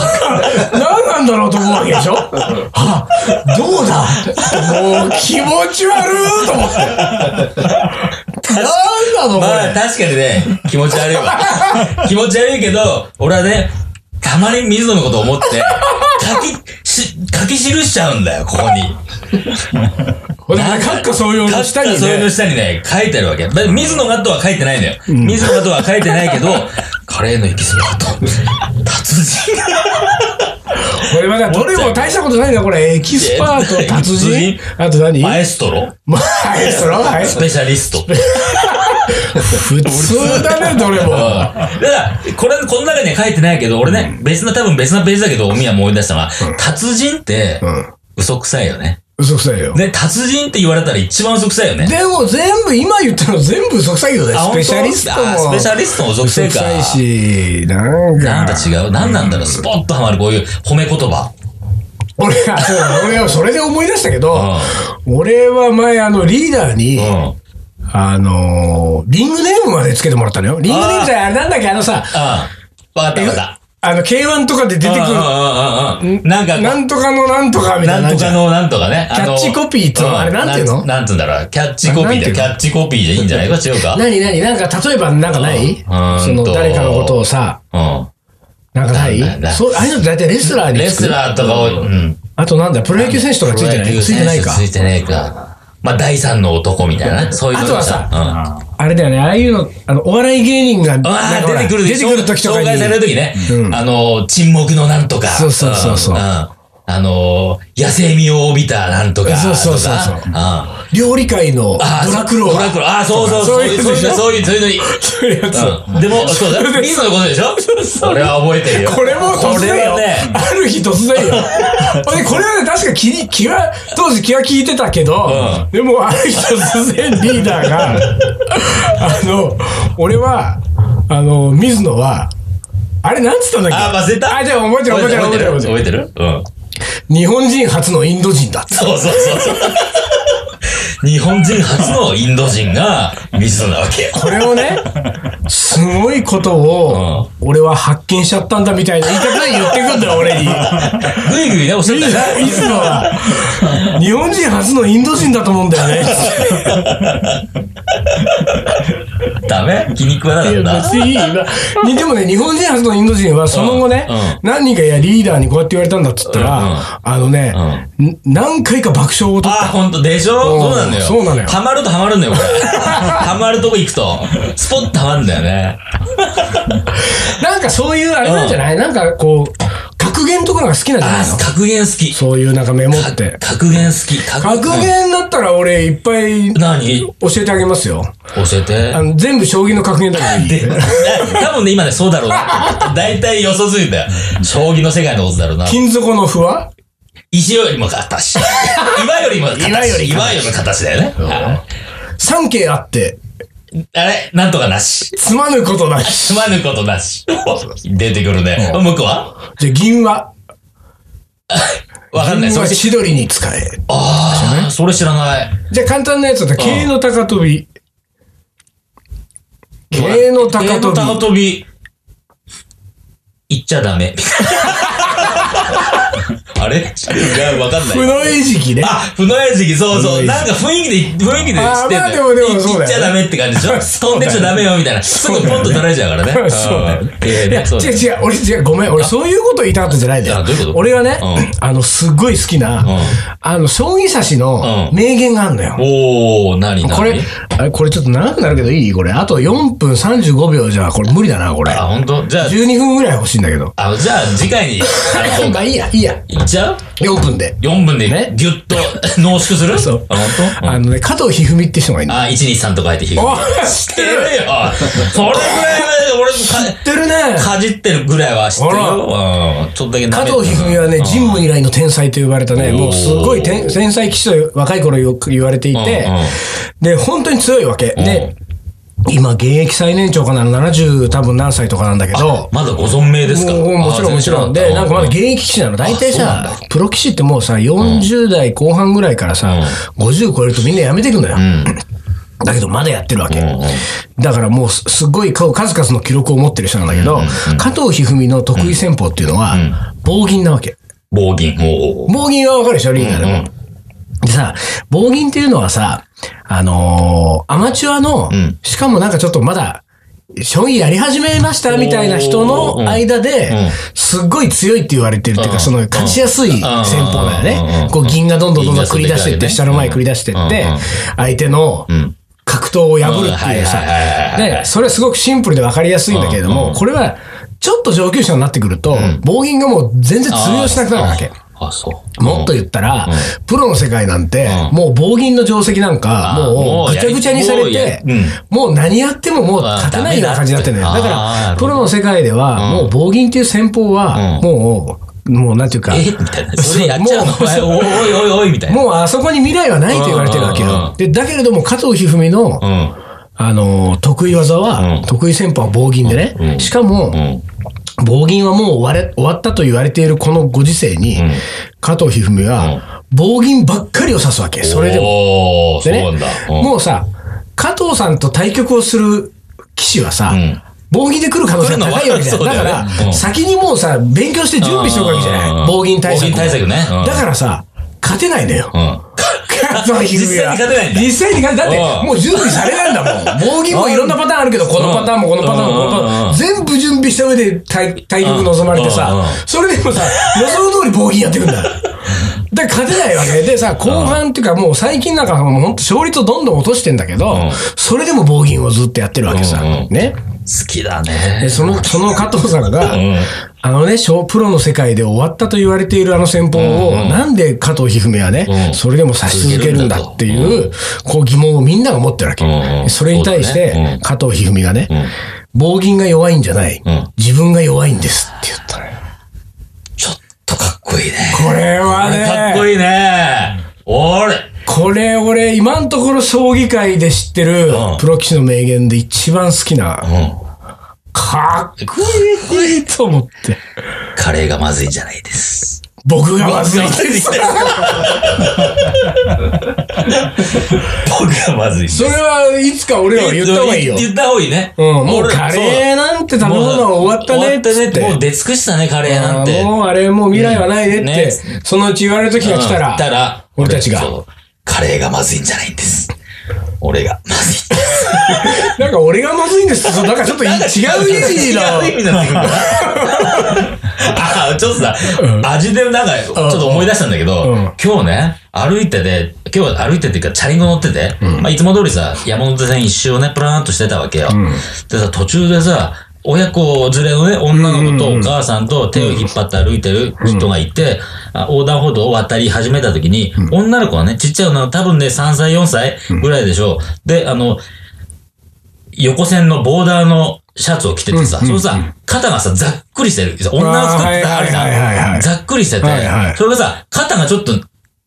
[SPEAKER 1] 何なんだろうと思うわけでしょはあ、どうだもう気持ち悪ーと思って。何なのこ
[SPEAKER 2] まあ
[SPEAKER 1] れ。
[SPEAKER 2] 確かにね、 気持ち悪いわ。気持ち悪いけど、俺はね、たまに水野のこと思って、 書き、し、書き記しちゃうんだよ、ここに。
[SPEAKER 1] ほんで、かっこそういうの下に
[SPEAKER 2] それの
[SPEAKER 1] ね。
[SPEAKER 2] 下にね、書いてあるわけ。だ水野がとは書いてないんだよ。水野がとは書いてないけど、 カレーのエキスパート。達人。
[SPEAKER 1] これまだどれも大したことないな、これ。エキスパート、達人
[SPEAKER 2] 達人。
[SPEAKER 1] あと何
[SPEAKER 2] マエストロ
[SPEAKER 1] マエストロはい
[SPEAKER 2] スペシャリスト。
[SPEAKER 1] 普通だね、どれ
[SPEAKER 2] うん
[SPEAKER 1] も。
[SPEAKER 2] だから、これ、この中には書いてないけど、俺ね、別な、多分別なページだけど、おみやも思い出したのは、達人って、嘘くさいよね。
[SPEAKER 1] 嘘くさいよ。
[SPEAKER 2] ね、達人って言われたら一番嘘くさいよね。
[SPEAKER 1] でも全部、今言ったの全部嘘くさいよね。
[SPEAKER 2] あ
[SPEAKER 1] ス
[SPEAKER 2] 本当
[SPEAKER 1] ペシャリスト
[SPEAKER 2] あ
[SPEAKER 1] も。
[SPEAKER 2] スペシャリストも嘘くせえ
[SPEAKER 1] 嘘くさい
[SPEAKER 2] か。
[SPEAKER 1] し、なんか。
[SPEAKER 2] なんか違う。なんなんだろう、スポッとハマる、こういう褒め言葉。
[SPEAKER 1] 俺は、そうだ俺はそれで思い出したけど、俺は前、あの、リーダーに、
[SPEAKER 2] うん。
[SPEAKER 1] あのー、リングネームまでつけてもらったのよ。リングネームってあれなんだっけ、あのさ、
[SPEAKER 2] ああ、わかったわかった。
[SPEAKER 1] あの、K1 とかで出てくる、
[SPEAKER 2] うんうんうんうん。なんかこう、
[SPEAKER 1] なんとかのなんとかみたい
[SPEAKER 2] な
[SPEAKER 1] な。
[SPEAKER 2] んとかのなんとかね。あの
[SPEAKER 1] キャッチコピーっていうの
[SPEAKER 2] ん
[SPEAKER 1] あれなんていうの
[SPEAKER 2] なんなんつうんだろう。キャッチコピー
[SPEAKER 1] あなんてい
[SPEAKER 2] で、
[SPEAKER 1] う
[SPEAKER 2] キ
[SPEAKER 1] の
[SPEAKER 2] ャッチコピーでいいんじゃないか違うか
[SPEAKER 1] 何何なんか、例えば、なんかない
[SPEAKER 2] うんうーんと
[SPEAKER 1] その、誰かのことをさ、
[SPEAKER 2] うん。
[SPEAKER 1] なんかない
[SPEAKER 2] なんだ
[SPEAKER 1] そう、ああいうのって大体レスラーにつく
[SPEAKER 2] レスラーとかを、うん。
[SPEAKER 1] あとなんだ、プロ野球選手とかついてないついてないか。
[SPEAKER 2] ついてないか。まあ、第三の男みたいなね。そういうの
[SPEAKER 1] あとはさ
[SPEAKER 2] うん
[SPEAKER 1] あれだよね、ああいうの、あの、お笑い芸人が、な
[SPEAKER 2] あ
[SPEAKER 1] んか
[SPEAKER 2] あ、
[SPEAKER 1] ほ
[SPEAKER 2] 出
[SPEAKER 1] ら
[SPEAKER 2] てくるで
[SPEAKER 1] 出てくる時とか
[SPEAKER 2] 紹
[SPEAKER 1] に
[SPEAKER 2] 介、される時ね。あの、沈黙のなんとか。
[SPEAKER 1] そうそうそうそうん
[SPEAKER 2] んあの、野生味を帯びたなんとか。
[SPEAKER 1] そうそうそうそう
[SPEAKER 2] とかんあ
[SPEAKER 1] 料理界のドラクロ
[SPEAKER 2] ドラクロ。ああ、そうそう、
[SPEAKER 1] そ
[SPEAKER 2] そうう
[SPEAKER 1] い
[SPEAKER 2] いうう、
[SPEAKER 1] の
[SPEAKER 2] そ
[SPEAKER 1] で
[SPEAKER 2] うい
[SPEAKER 1] しょ
[SPEAKER 2] う、そういう、そういうのいい。
[SPEAKER 1] というやつ。
[SPEAKER 2] うんでも、そうだ、水野のことでしょ俺は覚えてるよ。
[SPEAKER 1] これも突
[SPEAKER 2] これ
[SPEAKER 1] 然よ。
[SPEAKER 2] はね、
[SPEAKER 1] ある日突 然よ。俺、これはね、確か気に、気は、当時気は利いてたけど、
[SPEAKER 2] う
[SPEAKER 1] でも、ある日突然リーダー が、あの、俺は、あの、水野は、あれ、なんつったんだっけ
[SPEAKER 2] ああ、忘れた。
[SPEAKER 1] あ、じゃあ覚えてる覚えてる覚えてる覚えて
[SPEAKER 2] 覚えてる覚えてるう
[SPEAKER 1] る。
[SPEAKER 2] ん。
[SPEAKER 1] 日本人初のインド人だっつ
[SPEAKER 2] そうそうそう そう。日本人初のインド人が水野なわ けよ。
[SPEAKER 1] これをね、すごいことを、俺は発見しちゃったんだみたいな言い方で言ってくんだよ、俺に。
[SPEAKER 2] ぐいぐいね、おっしゃったよね。
[SPEAKER 1] 水野は、日本人初のインド人だと思うんだよね。
[SPEAKER 2] ダメ気に食わなか
[SPEAKER 1] い
[SPEAKER 2] っ
[SPEAKER 1] や
[SPEAKER 2] た。
[SPEAKER 1] 別にいいわにでもね、日本人初のインド人は、その後ね、
[SPEAKER 2] うんうん
[SPEAKER 1] 何人かいやリーダーにこうやって言われたんだっつったら、
[SPEAKER 2] うんうん
[SPEAKER 1] あのね、ん何回か爆笑を取っ
[SPEAKER 2] ああ、ほんと、でしょ
[SPEAKER 1] うん
[SPEAKER 2] そうなのよ。
[SPEAKER 1] そうなのよ
[SPEAKER 2] ハマるとハマるんだよ、これ。 ハマるとこ行くと、スポッとハマるんだよね。
[SPEAKER 1] なんかそういうあれなんじゃない、なんかこう、格言とかが好きなんじゃ
[SPEAKER 2] あ
[SPEAKER 1] ないの
[SPEAKER 2] あ、格言好き。
[SPEAKER 1] そういうなんかメモって。
[SPEAKER 2] 格言好き。格
[SPEAKER 1] 格言だったら俺いっぱい
[SPEAKER 2] うん何教
[SPEAKER 1] 教えてあげますよ。
[SPEAKER 2] えて
[SPEAKER 1] あ。の全部将棋の格言だけどいい。
[SPEAKER 2] で、多分ね、今ね、そうだろうな。大体予想ついたよ。将棋の世界のことだろうな。
[SPEAKER 1] 金底の歩は
[SPEAKER 2] 石よりも形。 岩よりも形。
[SPEAKER 1] 岩より形
[SPEAKER 2] 岩よりも形だよね。は
[SPEAKER 1] 三景あって、
[SPEAKER 2] いあれなんとかなし。
[SPEAKER 1] つまぬことなし。
[SPEAKER 2] つまぬことなし。出てくるね。向こうは
[SPEAKER 1] じゃあ銀は、
[SPEAKER 2] わかんない。
[SPEAKER 1] 銀
[SPEAKER 2] そ
[SPEAKER 1] は
[SPEAKER 2] れ
[SPEAKER 1] 千鳥に使え。
[SPEAKER 2] ああ、それ知らない。
[SPEAKER 1] じゃあ簡単なやつだったら、経営の高飛び、塀の高
[SPEAKER 2] 塀の
[SPEAKER 1] 跳び。
[SPEAKER 2] 高跳び。行っちゃダメ。 あれ違う、わかんない。
[SPEAKER 1] 不の餌食ね。
[SPEAKER 2] あ、不能やじき、そう
[SPEAKER 1] 不
[SPEAKER 2] そ
[SPEAKER 1] 能
[SPEAKER 2] う。
[SPEAKER 1] 餌食
[SPEAKER 2] なんか雰囲気で、雰囲気で知ってんだよ。
[SPEAKER 1] あーまあでもでもそうだよね
[SPEAKER 2] 行っちゃダメって感じでしょ飛んでっちゃダメよ、みた いな。すぐポンと取られちゃうからね。
[SPEAKER 1] そうだよね
[SPEAKER 2] んいやい
[SPEAKER 1] いや、
[SPEAKER 2] や、そうだ
[SPEAKER 1] 違う
[SPEAKER 2] よ
[SPEAKER 1] 違う、俺違う、ごめん、俺そういうこと言いたかったんじゃないんだ
[SPEAKER 2] い
[SPEAKER 1] よ
[SPEAKER 2] やどういうこ。と
[SPEAKER 1] 俺がね
[SPEAKER 2] うん、
[SPEAKER 1] あの、すっごい好きな
[SPEAKER 2] うん、
[SPEAKER 1] あの、将棋指しの
[SPEAKER 2] うん
[SPEAKER 1] 名言があるんだよ。
[SPEAKER 2] おー、なになに
[SPEAKER 1] これ、あれ、これちょっと長くなるけどいいこれ。あと4分35秒じゃ、これ無理だな、これ。
[SPEAKER 2] あ、ほんとじゃあ、
[SPEAKER 1] 12分ぐらい欲しいんだけど。
[SPEAKER 2] あじゃあ次回に、あのそう
[SPEAKER 1] まあ
[SPEAKER 2] か
[SPEAKER 1] いいや、いいや。
[SPEAKER 2] 行っちゃう
[SPEAKER 1] 4分で。
[SPEAKER 2] 4分で
[SPEAKER 1] ね
[SPEAKER 2] ギュッと濃縮する
[SPEAKER 1] そう
[SPEAKER 2] あ、本当？
[SPEAKER 1] あのね、加藤一二三って人がいるんだ。
[SPEAKER 2] あ、123と書いてひ
[SPEAKER 1] お
[SPEAKER 2] 知ってるよそれぐらいは俺も
[SPEAKER 1] 知ってるね。
[SPEAKER 2] かかじってるぐらいは知ってるよ。うん。ちょっとだけ舐め
[SPEAKER 1] 加藤一二三はね、人文以来の天才と呼ばれたね、
[SPEAKER 2] おー
[SPEAKER 1] もうすごい天天才棋士と若い頃よく言われていて
[SPEAKER 2] うんうん、
[SPEAKER 1] で、本当に強いわけ。で、今現役最年長かな、70多分何歳とかなんだけど、
[SPEAKER 2] まだご存命ですか
[SPEAKER 1] もうもちろんもちろん。で、なんかまだ現役棋士なの。大体
[SPEAKER 2] あそう
[SPEAKER 1] さ、プロ棋士ってもうさ、40代後半ぐらいからさ、50超えるとみんな辞めていくのよ。だけどまだやってるわけ。
[SPEAKER 2] うんうん
[SPEAKER 1] だからもうすすごい数々の記録を持ってる人なんだけど、加藤一二三の得意戦法っていうのは、棒銀なわけ。
[SPEAKER 2] 暴銀。おー
[SPEAKER 1] 棒銀はわかるでしょ、リーダーでも。
[SPEAKER 2] うん
[SPEAKER 1] でさ、棒銀っていうのはさ、あのーアマチュアの、
[SPEAKER 2] ん
[SPEAKER 1] しかもなんかちょっとまだ、将棋やり始めましたみたいな人の間で
[SPEAKER 2] うんうん、
[SPEAKER 1] すっごい強いって言われてるっていう
[SPEAKER 2] う
[SPEAKER 1] か、
[SPEAKER 2] ん
[SPEAKER 1] その勝ちやすい戦法だよ
[SPEAKER 2] うんうんう
[SPEAKER 1] ね
[SPEAKER 2] ん。
[SPEAKER 1] こう銀がどんどんどんどん繰り出していって、
[SPEAKER 2] うん
[SPEAKER 1] 下の前に繰り出していって
[SPEAKER 2] うんうん、
[SPEAKER 1] 相手の
[SPEAKER 2] ん
[SPEAKER 1] 格闘を破るっていうさ
[SPEAKER 2] うんはいはいはい、はいはい
[SPEAKER 1] で、それはすごくシンプルで分かりやすいんだけれど
[SPEAKER 2] うんう
[SPEAKER 1] も、
[SPEAKER 2] ん
[SPEAKER 1] これは、ちょっと上級者になってくると、棒銀がもう全然通用しなくなるわけ。
[SPEAKER 2] あ、そう。
[SPEAKER 1] もっと言ったら、プロの世界なんて、
[SPEAKER 2] うん
[SPEAKER 1] もう棒銀の定石なんか、
[SPEAKER 2] あー
[SPEAKER 1] も
[SPEAKER 2] も
[SPEAKER 1] う
[SPEAKER 2] う
[SPEAKER 1] ぐ
[SPEAKER 2] や
[SPEAKER 1] ちゃ
[SPEAKER 2] り
[SPEAKER 1] ぐちゃにされて、
[SPEAKER 2] もうや
[SPEAKER 1] もう何やってももう勝てないような感じになってるのよ。
[SPEAKER 2] あー
[SPEAKER 1] だか
[SPEAKER 2] あーなる
[SPEAKER 1] ら、
[SPEAKER 2] ほ
[SPEAKER 1] プ
[SPEAKER 2] ど
[SPEAKER 1] ロの世界では、
[SPEAKER 2] うん
[SPEAKER 1] もう棒銀っていう戦法は、
[SPEAKER 2] うん
[SPEAKER 1] もう、もうなんていうか、
[SPEAKER 2] えみた いな。それやっちゃうの
[SPEAKER 1] そう
[SPEAKER 2] おいおいおいおいみたいな。
[SPEAKER 1] もうあそこに未来はないと言われてるわけ
[SPEAKER 2] うんうん
[SPEAKER 1] よ
[SPEAKER 2] う。ん
[SPEAKER 1] で、だけれども、加藤一二三の、
[SPEAKER 2] うん。
[SPEAKER 1] あのー、得意技は、
[SPEAKER 2] うん
[SPEAKER 1] 得意戦法は棒銀でね、
[SPEAKER 2] うん
[SPEAKER 1] しかも、
[SPEAKER 2] うん。
[SPEAKER 1] 棒銀はもう終われ終わったと言われているこのご時世に、
[SPEAKER 2] うん
[SPEAKER 1] 加藤一二三は、棒銀ばっかりを指すわけ。それでも。
[SPEAKER 2] おー、そう
[SPEAKER 1] で
[SPEAKER 2] なんだ。うん
[SPEAKER 1] もうさ、加藤さんと対局をする棋士はさ、
[SPEAKER 2] うん
[SPEAKER 1] 棒銀で来る可能性が高いわけじゃん。
[SPEAKER 2] 来るの
[SPEAKER 1] だか
[SPEAKER 2] はそうだよ
[SPEAKER 1] ら、
[SPEAKER 2] ねうん
[SPEAKER 1] 先にもうさ、勉強して準備しておくわけじゃ
[SPEAKER 2] うんうん
[SPEAKER 1] な
[SPEAKER 2] う
[SPEAKER 1] い。
[SPEAKER 2] ん
[SPEAKER 1] 棒銀対策を。
[SPEAKER 2] 棒銀対策ねうん
[SPEAKER 1] だからさ、勝てないのよ。
[SPEAKER 2] うん。
[SPEAKER 1] 加藤一二三は
[SPEAKER 2] 実際に勝てないんだ
[SPEAKER 1] 実際に勝てだって、
[SPEAKER 2] うん
[SPEAKER 1] もう準備されないんだもん。棒銀もいろんなパターンあるけど、このパターンもこのパターンもこのパターン
[SPEAKER 2] う
[SPEAKER 1] も、
[SPEAKER 2] ん
[SPEAKER 1] 全部準備した上で対対局臨まれて
[SPEAKER 2] うんうん
[SPEAKER 1] さ、それでもさ、予想通り棒銀やってくんだよ。だから勝てないわけでさ、後半っていうかもう最近なんかもう本当勝率をどんどん落としてんだけど
[SPEAKER 2] ん、
[SPEAKER 1] それでも棒銀をずっとやってるわけさ。
[SPEAKER 2] うんうん
[SPEAKER 1] ね。
[SPEAKER 2] 好きだ
[SPEAKER 1] で
[SPEAKER 2] ね。
[SPEAKER 1] その、その加藤さんが、
[SPEAKER 2] ん
[SPEAKER 1] あのね、小プロの世界で終わったと言われているあの戦法を、
[SPEAKER 2] うんうん
[SPEAKER 1] なんで加藤一二三はね、
[SPEAKER 2] うん
[SPEAKER 1] それでも指し続けるんだっていう、こう疑問をみんなが持ってるわけ。
[SPEAKER 2] うんうん
[SPEAKER 1] それに対し
[SPEAKER 2] そうだ
[SPEAKER 1] て
[SPEAKER 2] ね、
[SPEAKER 1] 加藤一二三がね、棒銀が弱いんじゃない、
[SPEAKER 2] ん
[SPEAKER 1] 自分が弱いんですって言ったのよ。
[SPEAKER 2] ちょっとかっこいいね。
[SPEAKER 1] これはね、
[SPEAKER 2] かっこいいね。おれ。
[SPEAKER 1] これ俺今のところ将棋界で知ってる
[SPEAKER 2] うん
[SPEAKER 1] プロ棋士の名言で一番好きな、かっこいいと思 って。
[SPEAKER 2] カレーがまずいんじゃないです。
[SPEAKER 1] 僕がまずいです。
[SPEAKER 2] 僕がまずいんです。
[SPEAKER 1] それはいつか俺らは言った方がいいよ。
[SPEAKER 2] 言った方がいいね。
[SPEAKER 1] うん、もう
[SPEAKER 2] 俺
[SPEAKER 1] カ
[SPEAKER 2] そう
[SPEAKER 1] レーなんて食べ物は終わったねっつって。
[SPEAKER 2] もう出尽くしたね、カレーなん
[SPEAKER 1] あ
[SPEAKER 2] て。
[SPEAKER 1] ーもうあれもう未来はないねって、
[SPEAKER 2] うんね
[SPEAKER 1] そのうち言われる時が来たら、
[SPEAKER 2] うんたら
[SPEAKER 1] 俺たちが
[SPEAKER 2] そうカレーがまずいんじゃないんです。俺がまずい。
[SPEAKER 1] なんか俺がまずいんですそうなんかちょっとい違う意味の。
[SPEAKER 2] 違う意味になってくる んだ。ああ、ちょっとさ、味でなんか、ちょっと思い出したんだけど、
[SPEAKER 1] うん
[SPEAKER 2] 今日ね、歩いてて、今日歩いてっていうか、チャリンコ乗ってて、まあ、いつも通りさ、山手線一周をね、プラーンとしてたわけよ。でさ、途中でさ、親子連れのね、女の子とお母さんと手を引っ張って歩いてる人がいて、あ横断歩道を渡り始めた時に、女の子はね、ちっちゃい女の子、多分ね、3歳、4歳ぐらいでしょう。で、あの、横線のボーダーのシャツを着ててさ、そのさ、肩がさ、ざっくりしてる。女の服ってさあるじ
[SPEAKER 1] あーはいはいはいは
[SPEAKER 2] ゃ
[SPEAKER 1] い
[SPEAKER 2] ん。ざっくりしてて
[SPEAKER 1] はいはい、
[SPEAKER 2] それがさ、肩がちょっと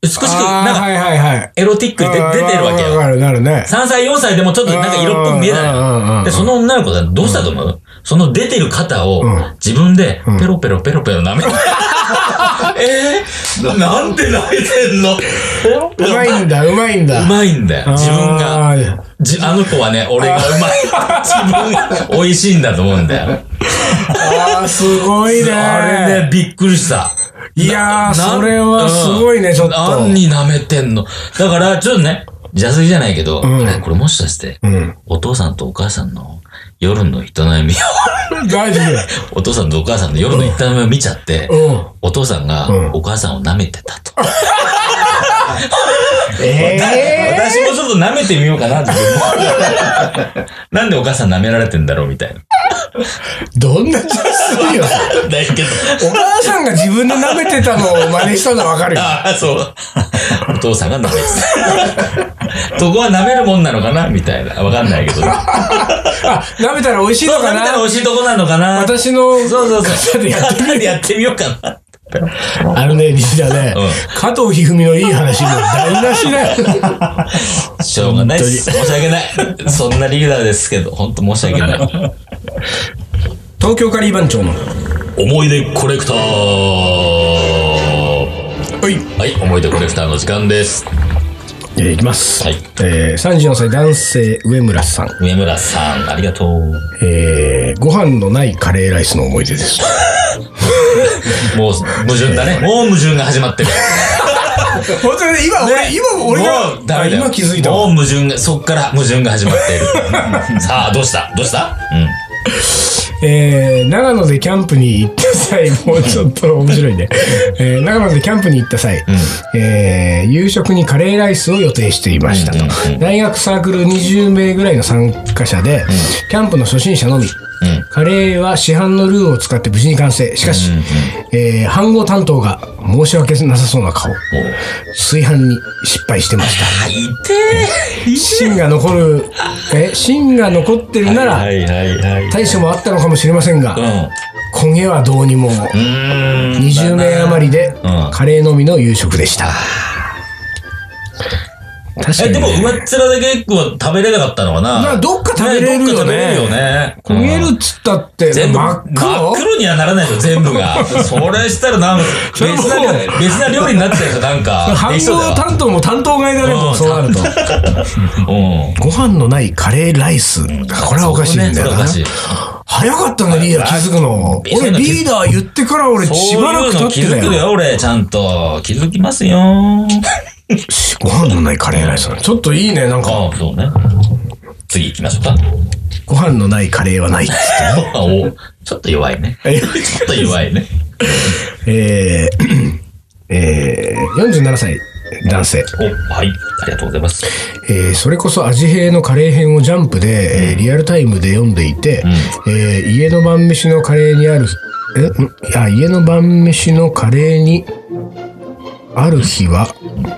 [SPEAKER 2] 美しく、
[SPEAKER 1] あー
[SPEAKER 2] なんか
[SPEAKER 1] はいはいはい。
[SPEAKER 2] エロティックに出出てるわけ
[SPEAKER 1] あー
[SPEAKER 2] よ。
[SPEAKER 1] わかるなるね。
[SPEAKER 2] 3歳、4歳でもちょっとなんか色っぽく見えた
[SPEAKER 1] うんうんうんうん
[SPEAKER 2] のよ。で、その女の子さ、どうしたと思うその出てる肩を
[SPEAKER 1] うん
[SPEAKER 2] 自分でペロペロペロペロ 舐めて、 えー、なんで泣いてんのペロペ
[SPEAKER 1] う
[SPEAKER 2] ロ
[SPEAKER 1] まいんだ、うまいんだ。
[SPEAKER 2] うまいんだよ、自分が。
[SPEAKER 1] あー。
[SPEAKER 2] じあの子はね、俺がうまい。 自分が美味しいんだと思うんだよ。
[SPEAKER 1] あーすごいね。
[SPEAKER 2] あれね、びっくりした。
[SPEAKER 1] いやー、
[SPEAKER 2] な
[SPEAKER 1] それはすごいね、ちょっと。
[SPEAKER 2] 何舐めてんの。だから、ちょっとね、邪推じゃないけど、
[SPEAKER 1] ん
[SPEAKER 2] あれこれもしかして、
[SPEAKER 1] うん。
[SPEAKER 2] お父さんとお母さんの夜の営みを、
[SPEAKER 1] 大事だよ。
[SPEAKER 2] お父さんとお母さんの夜の営みを見ちゃって、
[SPEAKER 1] うん。
[SPEAKER 2] お父さんが
[SPEAKER 1] うん
[SPEAKER 2] お母さんを舐めてたと。
[SPEAKER 1] ええ
[SPEAKER 2] 私もちょっと舐めてみようかなって思うなんでお母さん舐められてんだろうみた いな。
[SPEAKER 1] どんな気がするよ。
[SPEAKER 2] だけど。
[SPEAKER 1] お母さんが自分で舐めてたのを真似したのはわかるよ。
[SPEAKER 2] ああ、そう。お父さんが舐めてた。そこは舐めるもんなのかなみたいな。わかんないけどね。
[SPEAKER 1] あ、舐めたら美味しいの
[SPEAKER 2] そう
[SPEAKER 1] か
[SPEAKER 2] 舐めたら
[SPEAKER 1] な
[SPEAKER 2] 美味しいとこなのかな
[SPEAKER 1] 私の、
[SPEAKER 2] そうそ うそう。
[SPEAKER 1] でやって
[SPEAKER 2] みやってみようかな。
[SPEAKER 1] あのね、リーダーね、
[SPEAKER 2] う
[SPEAKER 1] 加藤一二三のいい話も台無しだよ。
[SPEAKER 2] しょうがないです。申し訳ない。そんなリーダーですけど、本当申し訳ない。
[SPEAKER 1] 東京カリー番長の。
[SPEAKER 2] 思い出コレクターは
[SPEAKER 1] はい。
[SPEAKER 2] い、思い出コレクターの時間です。
[SPEAKER 1] えーいきます。
[SPEAKER 2] はい
[SPEAKER 1] えー、34歳男性、上村さん。
[SPEAKER 2] 上村さん、ありがとう。
[SPEAKER 1] えー、ご飯のないカレーライスの思い出です。
[SPEAKER 2] もう、矛盾だね。もう矛盾が始まってる。
[SPEAKER 1] 本当にね、今、俺、今も俺が、
[SPEAKER 2] もうダメだよ。
[SPEAKER 1] 今気づいたわ
[SPEAKER 2] もう矛盾が、そっから矛盾が始まってい る。さあ、どうしたどうしたうん。
[SPEAKER 1] えー、長野でキャンプに行った際、もうちょっと面白い ね。えー、長野でキャンプに行った際、えー、夕食にカレーライスを予定していましたと。
[SPEAKER 2] うんうんうん
[SPEAKER 1] 大学サークル20名ぐらいの参加者で、キャンプの初心者のみ。
[SPEAKER 2] うん
[SPEAKER 1] カレーは市販のルーを使って無事に完成。しかし、えー、飯後担当が申し訳なさそうな顔。
[SPEAKER 2] もう。
[SPEAKER 1] 炊飯に失敗してました。
[SPEAKER 2] あ、痛い
[SPEAKER 1] 芯が残る、え、芯が残ってるなら、
[SPEAKER 2] いはいはい。
[SPEAKER 1] 対処もあったのかもしれませんが
[SPEAKER 2] う、ん。
[SPEAKER 1] 焦げはどうにも、
[SPEAKER 2] うーん。
[SPEAKER 1] 20名余りで
[SPEAKER 2] うん、
[SPEAKER 1] カレーのみの夕食でした。確か
[SPEAKER 2] え、
[SPEAKER 1] にね、
[SPEAKER 2] でも、上っ面だけ結構食べれなかったのかな
[SPEAKER 1] まあどっか食べれるよね
[SPEAKER 2] どっか食べれるよね。
[SPEAKER 1] 焦げるっつったって、
[SPEAKER 2] 全部、
[SPEAKER 1] 真っ黒
[SPEAKER 2] にはならないよ、全部 が。それしたらなんか、別
[SPEAKER 1] れも
[SPEAKER 2] な料理、別な料理になっちゃうよ、なんか。
[SPEAKER 1] 反
[SPEAKER 2] できそうだ
[SPEAKER 1] 応
[SPEAKER 2] よ
[SPEAKER 1] 担当も担当外だね、
[SPEAKER 2] うん
[SPEAKER 1] もうそうなると。
[SPEAKER 2] うん。
[SPEAKER 1] ご飯のないカレーライス。これはおかしいんだよ
[SPEAKER 2] そこねそれはお
[SPEAKER 1] な
[SPEAKER 2] かしい。
[SPEAKER 1] 早かったね、リーダー気づくの。
[SPEAKER 2] そう
[SPEAKER 1] 俺、
[SPEAKER 2] いうの気づ
[SPEAKER 1] リーダー言ってから俺、しばらく経っ
[SPEAKER 2] そう
[SPEAKER 1] て
[SPEAKER 2] いうの
[SPEAKER 1] た
[SPEAKER 2] 気づく
[SPEAKER 1] よ。
[SPEAKER 2] よ、俺、ちゃんと。気づきますよ。
[SPEAKER 1] ご飯のないカレーライス。ちょっといいね、なんか。
[SPEAKER 2] ああ、そうね。次行きましょうか。
[SPEAKER 1] ご飯のないカレーはないっつっ て。
[SPEAKER 2] あおちょっと弱いね。
[SPEAKER 1] え
[SPEAKER 2] ちょっと弱いね。
[SPEAKER 1] えーえー、47歳男性、
[SPEAKER 2] お、はい。ありがとうございます。
[SPEAKER 1] えーそれこそ味変のカレー編をジャンプで、えーリアルタイムで読んでいて、えー家の晩飯のカレーにあるえんいや家の晩飯のカレーにある日は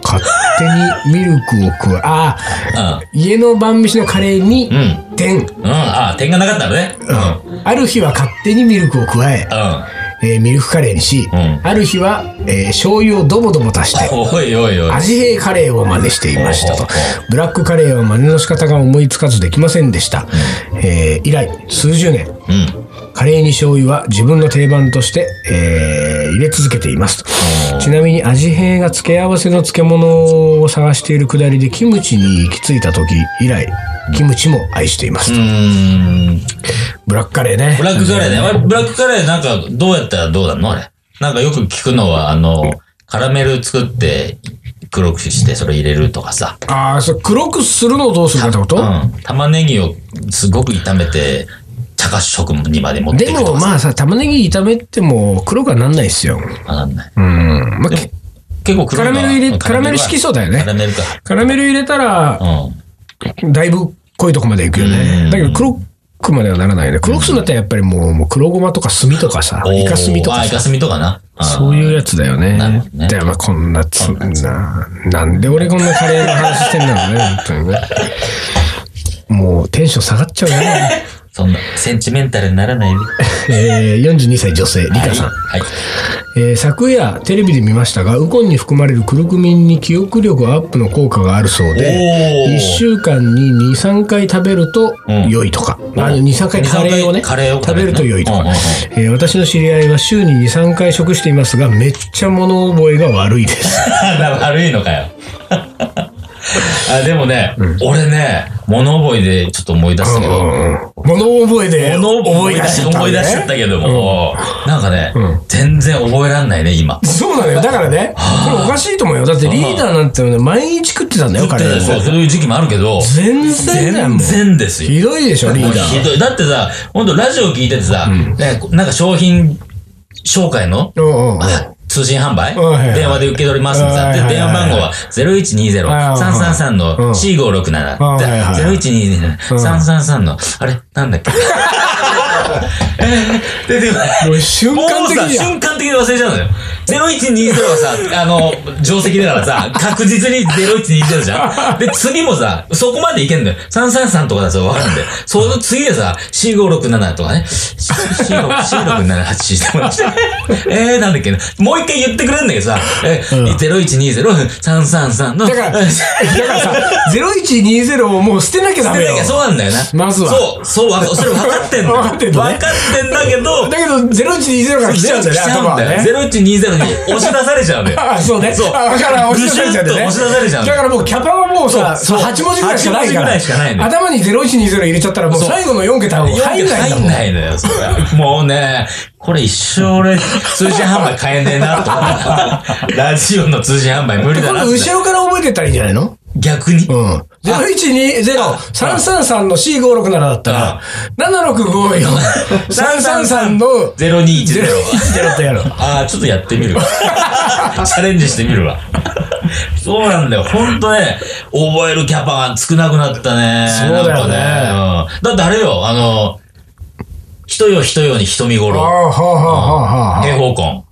[SPEAKER 1] 勝手にミルクを食うあー
[SPEAKER 2] う
[SPEAKER 1] 家の晩飯のカレーに
[SPEAKER 2] ん。うん。
[SPEAKER 1] 点
[SPEAKER 2] うん。ああ、点がなかったのね。うん。
[SPEAKER 1] ある日は勝手にミルクを加え、えーミルクカレーにし、
[SPEAKER 2] うん
[SPEAKER 1] ある日は、えー醤油をドボドボ足して
[SPEAKER 2] うん。おいおいおい。
[SPEAKER 1] 味変カレーを真似していましたと
[SPEAKER 2] ほうほうほ。
[SPEAKER 1] ブラックカレーは真似の仕方が思いつかずできませんでした。えー以来、数十年、
[SPEAKER 2] うん。
[SPEAKER 1] カレーに醤油は自分の定番として、えー入れ続けていますと。ちなみに味変が付け合わせの漬物を探しているくだりでキムチに行き着いた時以来、キムチも愛しています
[SPEAKER 2] う
[SPEAKER 1] と。
[SPEAKER 2] ーん。
[SPEAKER 1] ブラックカレーね。
[SPEAKER 2] ブラックカレーね。あれブラックカレーなんかどうやったらどうなのあれ。なんかよく聞くのは、あの、カラメル作って黒くしてそれ入れるとかさ。
[SPEAKER 1] ああ、そう、黒くするのをどうするかってこと、
[SPEAKER 2] うん。玉ねぎをすごく炒めて、茶褐色にまで持ってい
[SPEAKER 1] で
[SPEAKER 2] くと
[SPEAKER 1] も
[SPEAKER 2] かさ。
[SPEAKER 1] まあさ、玉ねぎ炒めても黒くはなんないですよ。
[SPEAKER 2] わかんない。
[SPEAKER 1] うん。まあ、
[SPEAKER 2] でも結構黒いのは
[SPEAKER 1] カラメル入れカラメル色素だよね
[SPEAKER 2] カラメルか。
[SPEAKER 1] カラメル入れたら
[SPEAKER 2] う、ん。
[SPEAKER 1] だいぶ濃いとこまでいくよ
[SPEAKER 2] う
[SPEAKER 1] ね
[SPEAKER 2] ん。
[SPEAKER 1] だけど黒くまではならないよね。黒くするんだったらやっぱりもうもう黒ごまとか炭とかさ、イカ炭と
[SPEAKER 2] あ、
[SPEAKER 1] か
[SPEAKER 2] イカ
[SPEAKER 1] さ。
[SPEAKER 2] スミとかな。ん
[SPEAKER 1] そういうやつだよね。
[SPEAKER 2] なるほどね
[SPEAKER 1] だよ、まあこんなつ、な、なんで俺こんなカレー の話してんだろうね、本当にね。もうテンション下がっちゃうね。
[SPEAKER 2] そんな、センチメンタルにな らないで。
[SPEAKER 1] えー、42歳女性、リカさん。
[SPEAKER 2] はい。
[SPEAKER 1] えー昨夜テレビで見ましたがウコンに含まれるクルクミンに記憶力アップの効果があるそうで
[SPEAKER 2] おー
[SPEAKER 1] 1週間に23回食べると
[SPEAKER 2] うん
[SPEAKER 1] 良いとか、
[SPEAKER 2] ん
[SPEAKER 1] あの23回カレーをね
[SPEAKER 2] カレーを
[SPEAKER 1] 食べると良いとか、
[SPEAKER 2] うんうんうん
[SPEAKER 1] えー私の知り合いは週に23回食していますがめっちゃ物覚えが悪いです
[SPEAKER 2] 悪いのかよ。 あでもね、俺ね、物覚えでちょっと思い出したけど、
[SPEAKER 1] 物覚えで
[SPEAKER 2] 物
[SPEAKER 1] 覚え出しちゃった、ね、
[SPEAKER 2] 思い出しちゃったけども、なんかね、
[SPEAKER 1] うん
[SPEAKER 2] 全然覚えらんないね、今。
[SPEAKER 1] そうなのよだからねこれおかしいと思うよだってリーダーなんてのはね毎日食ってたんだよカレー
[SPEAKER 2] そうそういう時期もあるけど、
[SPEAKER 1] 全然だよも
[SPEAKER 2] 全
[SPEAKER 1] う
[SPEAKER 2] 然ですよ。
[SPEAKER 1] ひどいでしょリーダー
[SPEAKER 2] ひどい。だってさ、ほんとラジオ聞いててさ、ねなんか商品紹介の
[SPEAKER 1] うんうんうん
[SPEAKER 2] あ通信販売
[SPEAKER 1] はいはい
[SPEAKER 2] 電話で受け取りますみたい
[SPEAKER 1] はいはい
[SPEAKER 2] な。
[SPEAKER 1] はい
[SPEAKER 2] で、電話番号は0120-333の
[SPEAKER 1] うん
[SPEAKER 2] C567。
[SPEAKER 1] はい
[SPEAKER 2] で
[SPEAKER 1] はいはい、
[SPEAKER 2] 0120-333の、あれな んだっけ出てこない。
[SPEAKER 1] もう瞬
[SPEAKER 2] もう
[SPEAKER 1] 間的
[SPEAKER 2] さ、
[SPEAKER 1] にや
[SPEAKER 2] 瞬間的に忘れちゃうのよ。0120はさ、あの、定石だからさ、確実に0120じゃん。で、次もさ、そこまでいけんだよ。333とかだとわかるんだよ。その次でさ、4567とかね。C4678 えー、なんだっけな。もう一回言ってくれるんだけどさ、え、0120-333の、
[SPEAKER 1] だ から、だからさ、0120をもう捨てなきゃダメよ。
[SPEAKER 2] そうなんだよな。
[SPEAKER 1] まずは
[SPEAKER 2] そう、そう、わかそれ分かってんの。
[SPEAKER 1] 分かってんのね
[SPEAKER 2] 分かってんだけど、
[SPEAKER 1] だけど、0120から来
[SPEAKER 2] 来
[SPEAKER 1] ち
[SPEAKER 2] ち
[SPEAKER 1] ゃ
[SPEAKER 2] ゃ
[SPEAKER 1] う
[SPEAKER 2] うんん
[SPEAKER 1] だよ
[SPEAKER 2] だ
[SPEAKER 1] ね、頭は
[SPEAKER 2] よ。
[SPEAKER 1] ね。
[SPEAKER 2] ゼロ一二ゼロに押し出されちゃうんだよ。
[SPEAKER 1] あ、そうね。
[SPEAKER 2] そう
[SPEAKER 1] あ、だから押し出されちゃうんだよね。
[SPEAKER 2] ぐしゅっと押し出されちゃうんだ
[SPEAKER 1] だ
[SPEAKER 2] よ
[SPEAKER 1] からもうキャパはもうさ、そ
[SPEAKER 2] そうう
[SPEAKER 1] 8文字ぐらいしかないか
[SPEAKER 2] 8文字ぐら
[SPEAKER 1] ら。
[SPEAKER 2] いしかないのよ
[SPEAKER 1] 頭に0120入れちゃったらもう
[SPEAKER 2] そう
[SPEAKER 1] 最後の4桁はもう入んないんだ
[SPEAKER 2] 入
[SPEAKER 1] も
[SPEAKER 2] ん
[SPEAKER 1] ん。
[SPEAKER 2] ないのよ、それは。もうね、これ一生俺、通信販売買えねえなと思 った。ラジオの通信販売無理だ
[SPEAKER 1] 今
[SPEAKER 2] なっ
[SPEAKER 1] 度
[SPEAKER 2] て。
[SPEAKER 1] 後ろから覚えてったらいいんじゃないの
[SPEAKER 2] 逆に。
[SPEAKER 1] うん。0120-333の C567 だったら、7654333の
[SPEAKER 2] 0210
[SPEAKER 1] 010ってやろう。
[SPEAKER 2] ああ、ちょっとやってみるわ。 チャレンジしてみるわ。そうなんだよ。ほんとね、覚えるキャパが少なくなったね。
[SPEAKER 1] そうだよね
[SPEAKER 2] なんかねうんだってあれよ、あの、人よ人よに瞳
[SPEAKER 1] ああ、
[SPEAKER 2] 頃。
[SPEAKER 1] はあはあはあはあ。
[SPEAKER 2] 平方根。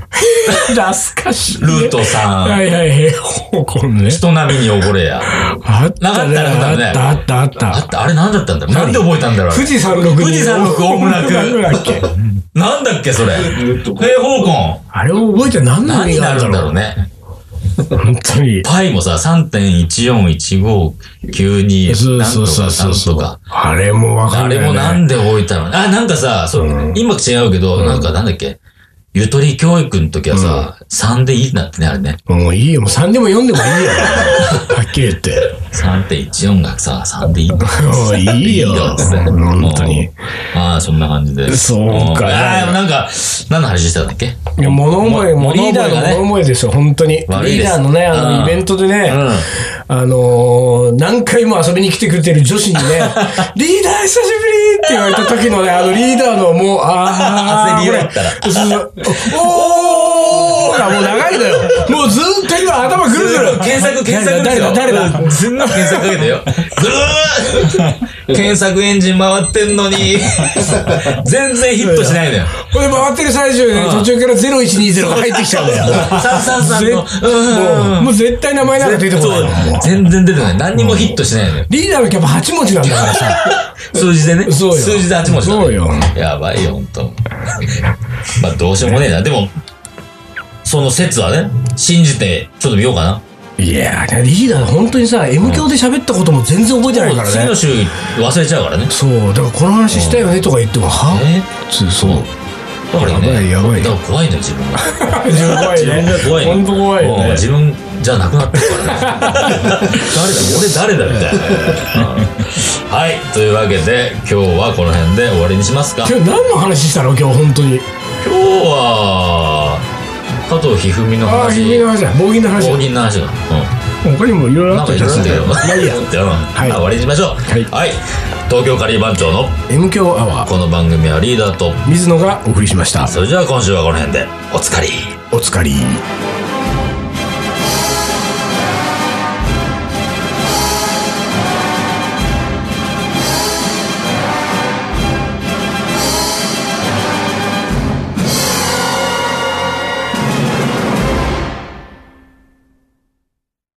[SPEAKER 1] 懐かしい。
[SPEAKER 2] ルート
[SPEAKER 1] は
[SPEAKER 2] さん。
[SPEAKER 1] いはい、平方根ね。
[SPEAKER 2] 人並みに溺れや。
[SPEAKER 1] あったね。
[SPEAKER 2] なかった
[SPEAKER 1] あ
[SPEAKER 2] ね
[SPEAKER 1] ったあったあった
[SPEAKER 2] あった、あれなんだったんだろうなんで覚えたんだろう
[SPEAKER 1] 富士山六
[SPEAKER 2] 富士山六大村区
[SPEAKER 1] だっけ
[SPEAKER 2] なんだっけ、それ。
[SPEAKER 3] ル
[SPEAKER 2] 平
[SPEAKER 3] ート
[SPEAKER 2] 方根。
[SPEAKER 1] あれを覚えて何の意味
[SPEAKER 2] 何に
[SPEAKER 1] があ
[SPEAKER 2] な
[SPEAKER 1] る
[SPEAKER 2] る
[SPEAKER 1] ん
[SPEAKER 2] ん
[SPEAKER 1] だ
[SPEAKER 2] だ
[SPEAKER 1] ろ
[SPEAKER 2] ろ
[SPEAKER 1] う
[SPEAKER 2] う。ね。
[SPEAKER 1] 本当に。
[SPEAKER 2] パイもさ、3.141592。
[SPEAKER 1] そうそうそうそうそ
[SPEAKER 2] なんとかな
[SPEAKER 1] う。
[SPEAKER 2] んとか
[SPEAKER 1] あれもわか
[SPEAKER 2] あ
[SPEAKER 1] る
[SPEAKER 2] れ
[SPEAKER 1] よね。
[SPEAKER 2] もなんで置いたのあ、なんかさ、そう今違うけど、なんかなんだっけ。ゆとり教育の時はさ、3でいいんだってね、あれね。
[SPEAKER 1] もういいよ。もう3でも4でもいいよ。はっきり言って。
[SPEAKER 2] 3.14がさ、3でいいんだ。
[SPEAKER 1] もういいよ。
[SPEAKER 2] つって
[SPEAKER 1] 本当に。。
[SPEAKER 2] ああ、そんな感じで。
[SPEAKER 1] そうか
[SPEAKER 2] んああ、でもなんか、何の話してたんだっけ
[SPEAKER 1] いや物思い、
[SPEAKER 2] も
[SPEAKER 1] もうリーダーの
[SPEAKER 2] 物思いがね
[SPEAKER 1] 物思いですよ、本当に。リ
[SPEAKER 2] 悪い
[SPEAKER 1] ー
[SPEAKER 2] です
[SPEAKER 1] ダーのね、あ
[SPEAKER 2] う
[SPEAKER 1] の、
[SPEAKER 2] ん
[SPEAKER 1] イベントでね、あのー、何回も遊びに来てくれてる女子 にね、リーダー久しぶりって言われた時のね、あのリーダーのもう、あー、
[SPEAKER 2] 焦りよったら
[SPEAKER 1] これそうおーがもう長いのよ。もうずーっと今頭ぐるぐる。
[SPEAKER 2] 検索、検索
[SPEAKER 1] 誰だ、誰だ。誰だ
[SPEAKER 2] すんごい検索かけてよ。ずー検索エンジン回ってんのに、全然ヒットしないのよ。
[SPEAKER 1] これ回ってる最中でね、
[SPEAKER 2] うん
[SPEAKER 1] 途中から0120が入ってきちゃうんだよ。
[SPEAKER 2] 333の、
[SPEAKER 1] もうもう絶対名前なんか出てこないの
[SPEAKER 2] そう
[SPEAKER 1] もう
[SPEAKER 2] 全然出てない。何にもヒットしないのよ。
[SPEAKER 1] リーダーのキャパ8文字なんだからさ。
[SPEAKER 2] 数字でね。
[SPEAKER 1] そうよ
[SPEAKER 2] 数字で8文字だね
[SPEAKER 1] そうよ
[SPEAKER 2] やばいよ、ほんと。 まあ、どうしようもねえな。でも、その説はね、信じて、ちょっと見ようかな。
[SPEAKER 1] いやー、リーダー、本当にさ、M 教で喋ったことも全然覚えてないか
[SPEAKER 2] 次
[SPEAKER 1] ら
[SPEAKER 2] の
[SPEAKER 1] ね。
[SPEAKER 2] 週忘れちゃうからね。
[SPEAKER 1] そう、だからこの話したよねとか言っても、は
[SPEAKER 2] え
[SPEAKER 1] そうそう。
[SPEAKER 2] だからね。
[SPEAKER 1] やばいやばい
[SPEAKER 2] だから怖いのよ、自分が。
[SPEAKER 1] 自分怖い
[SPEAKER 2] 自分が怖いの。
[SPEAKER 1] 本当怖いよ
[SPEAKER 2] もう
[SPEAKER 1] ね。
[SPEAKER 2] 自分じゃなくなってる からね。誰だ、俺誰だみたいな。うんはい、というわけで、今日はこの辺で終わりにしますか。今
[SPEAKER 1] 今日何の話したの今日本当に。
[SPEAKER 2] 日は、加藤一二三の
[SPEAKER 1] ああ、君の
[SPEAKER 2] 話、
[SPEAKER 1] 話だ。暴言の話だ
[SPEAKER 2] 大。銀の話だ。うん
[SPEAKER 1] 他にもいろいろ
[SPEAKER 2] な
[SPEAKER 1] あ
[SPEAKER 2] ん
[SPEAKER 1] っ
[SPEAKER 2] か
[SPEAKER 1] た
[SPEAKER 2] 言
[SPEAKER 1] じゃ
[SPEAKER 2] ってたけど。
[SPEAKER 1] ま あいいや。
[SPEAKER 2] うんまあ終わりにしましょう。
[SPEAKER 1] はい
[SPEAKER 2] はい。東京カリー番長の
[SPEAKER 1] M 教アワ
[SPEAKER 2] この番組はリーダーと、
[SPEAKER 1] ー、水野がお送りしました。
[SPEAKER 2] それじゃあ今週はこの辺で、おつかり。
[SPEAKER 1] お疲れ。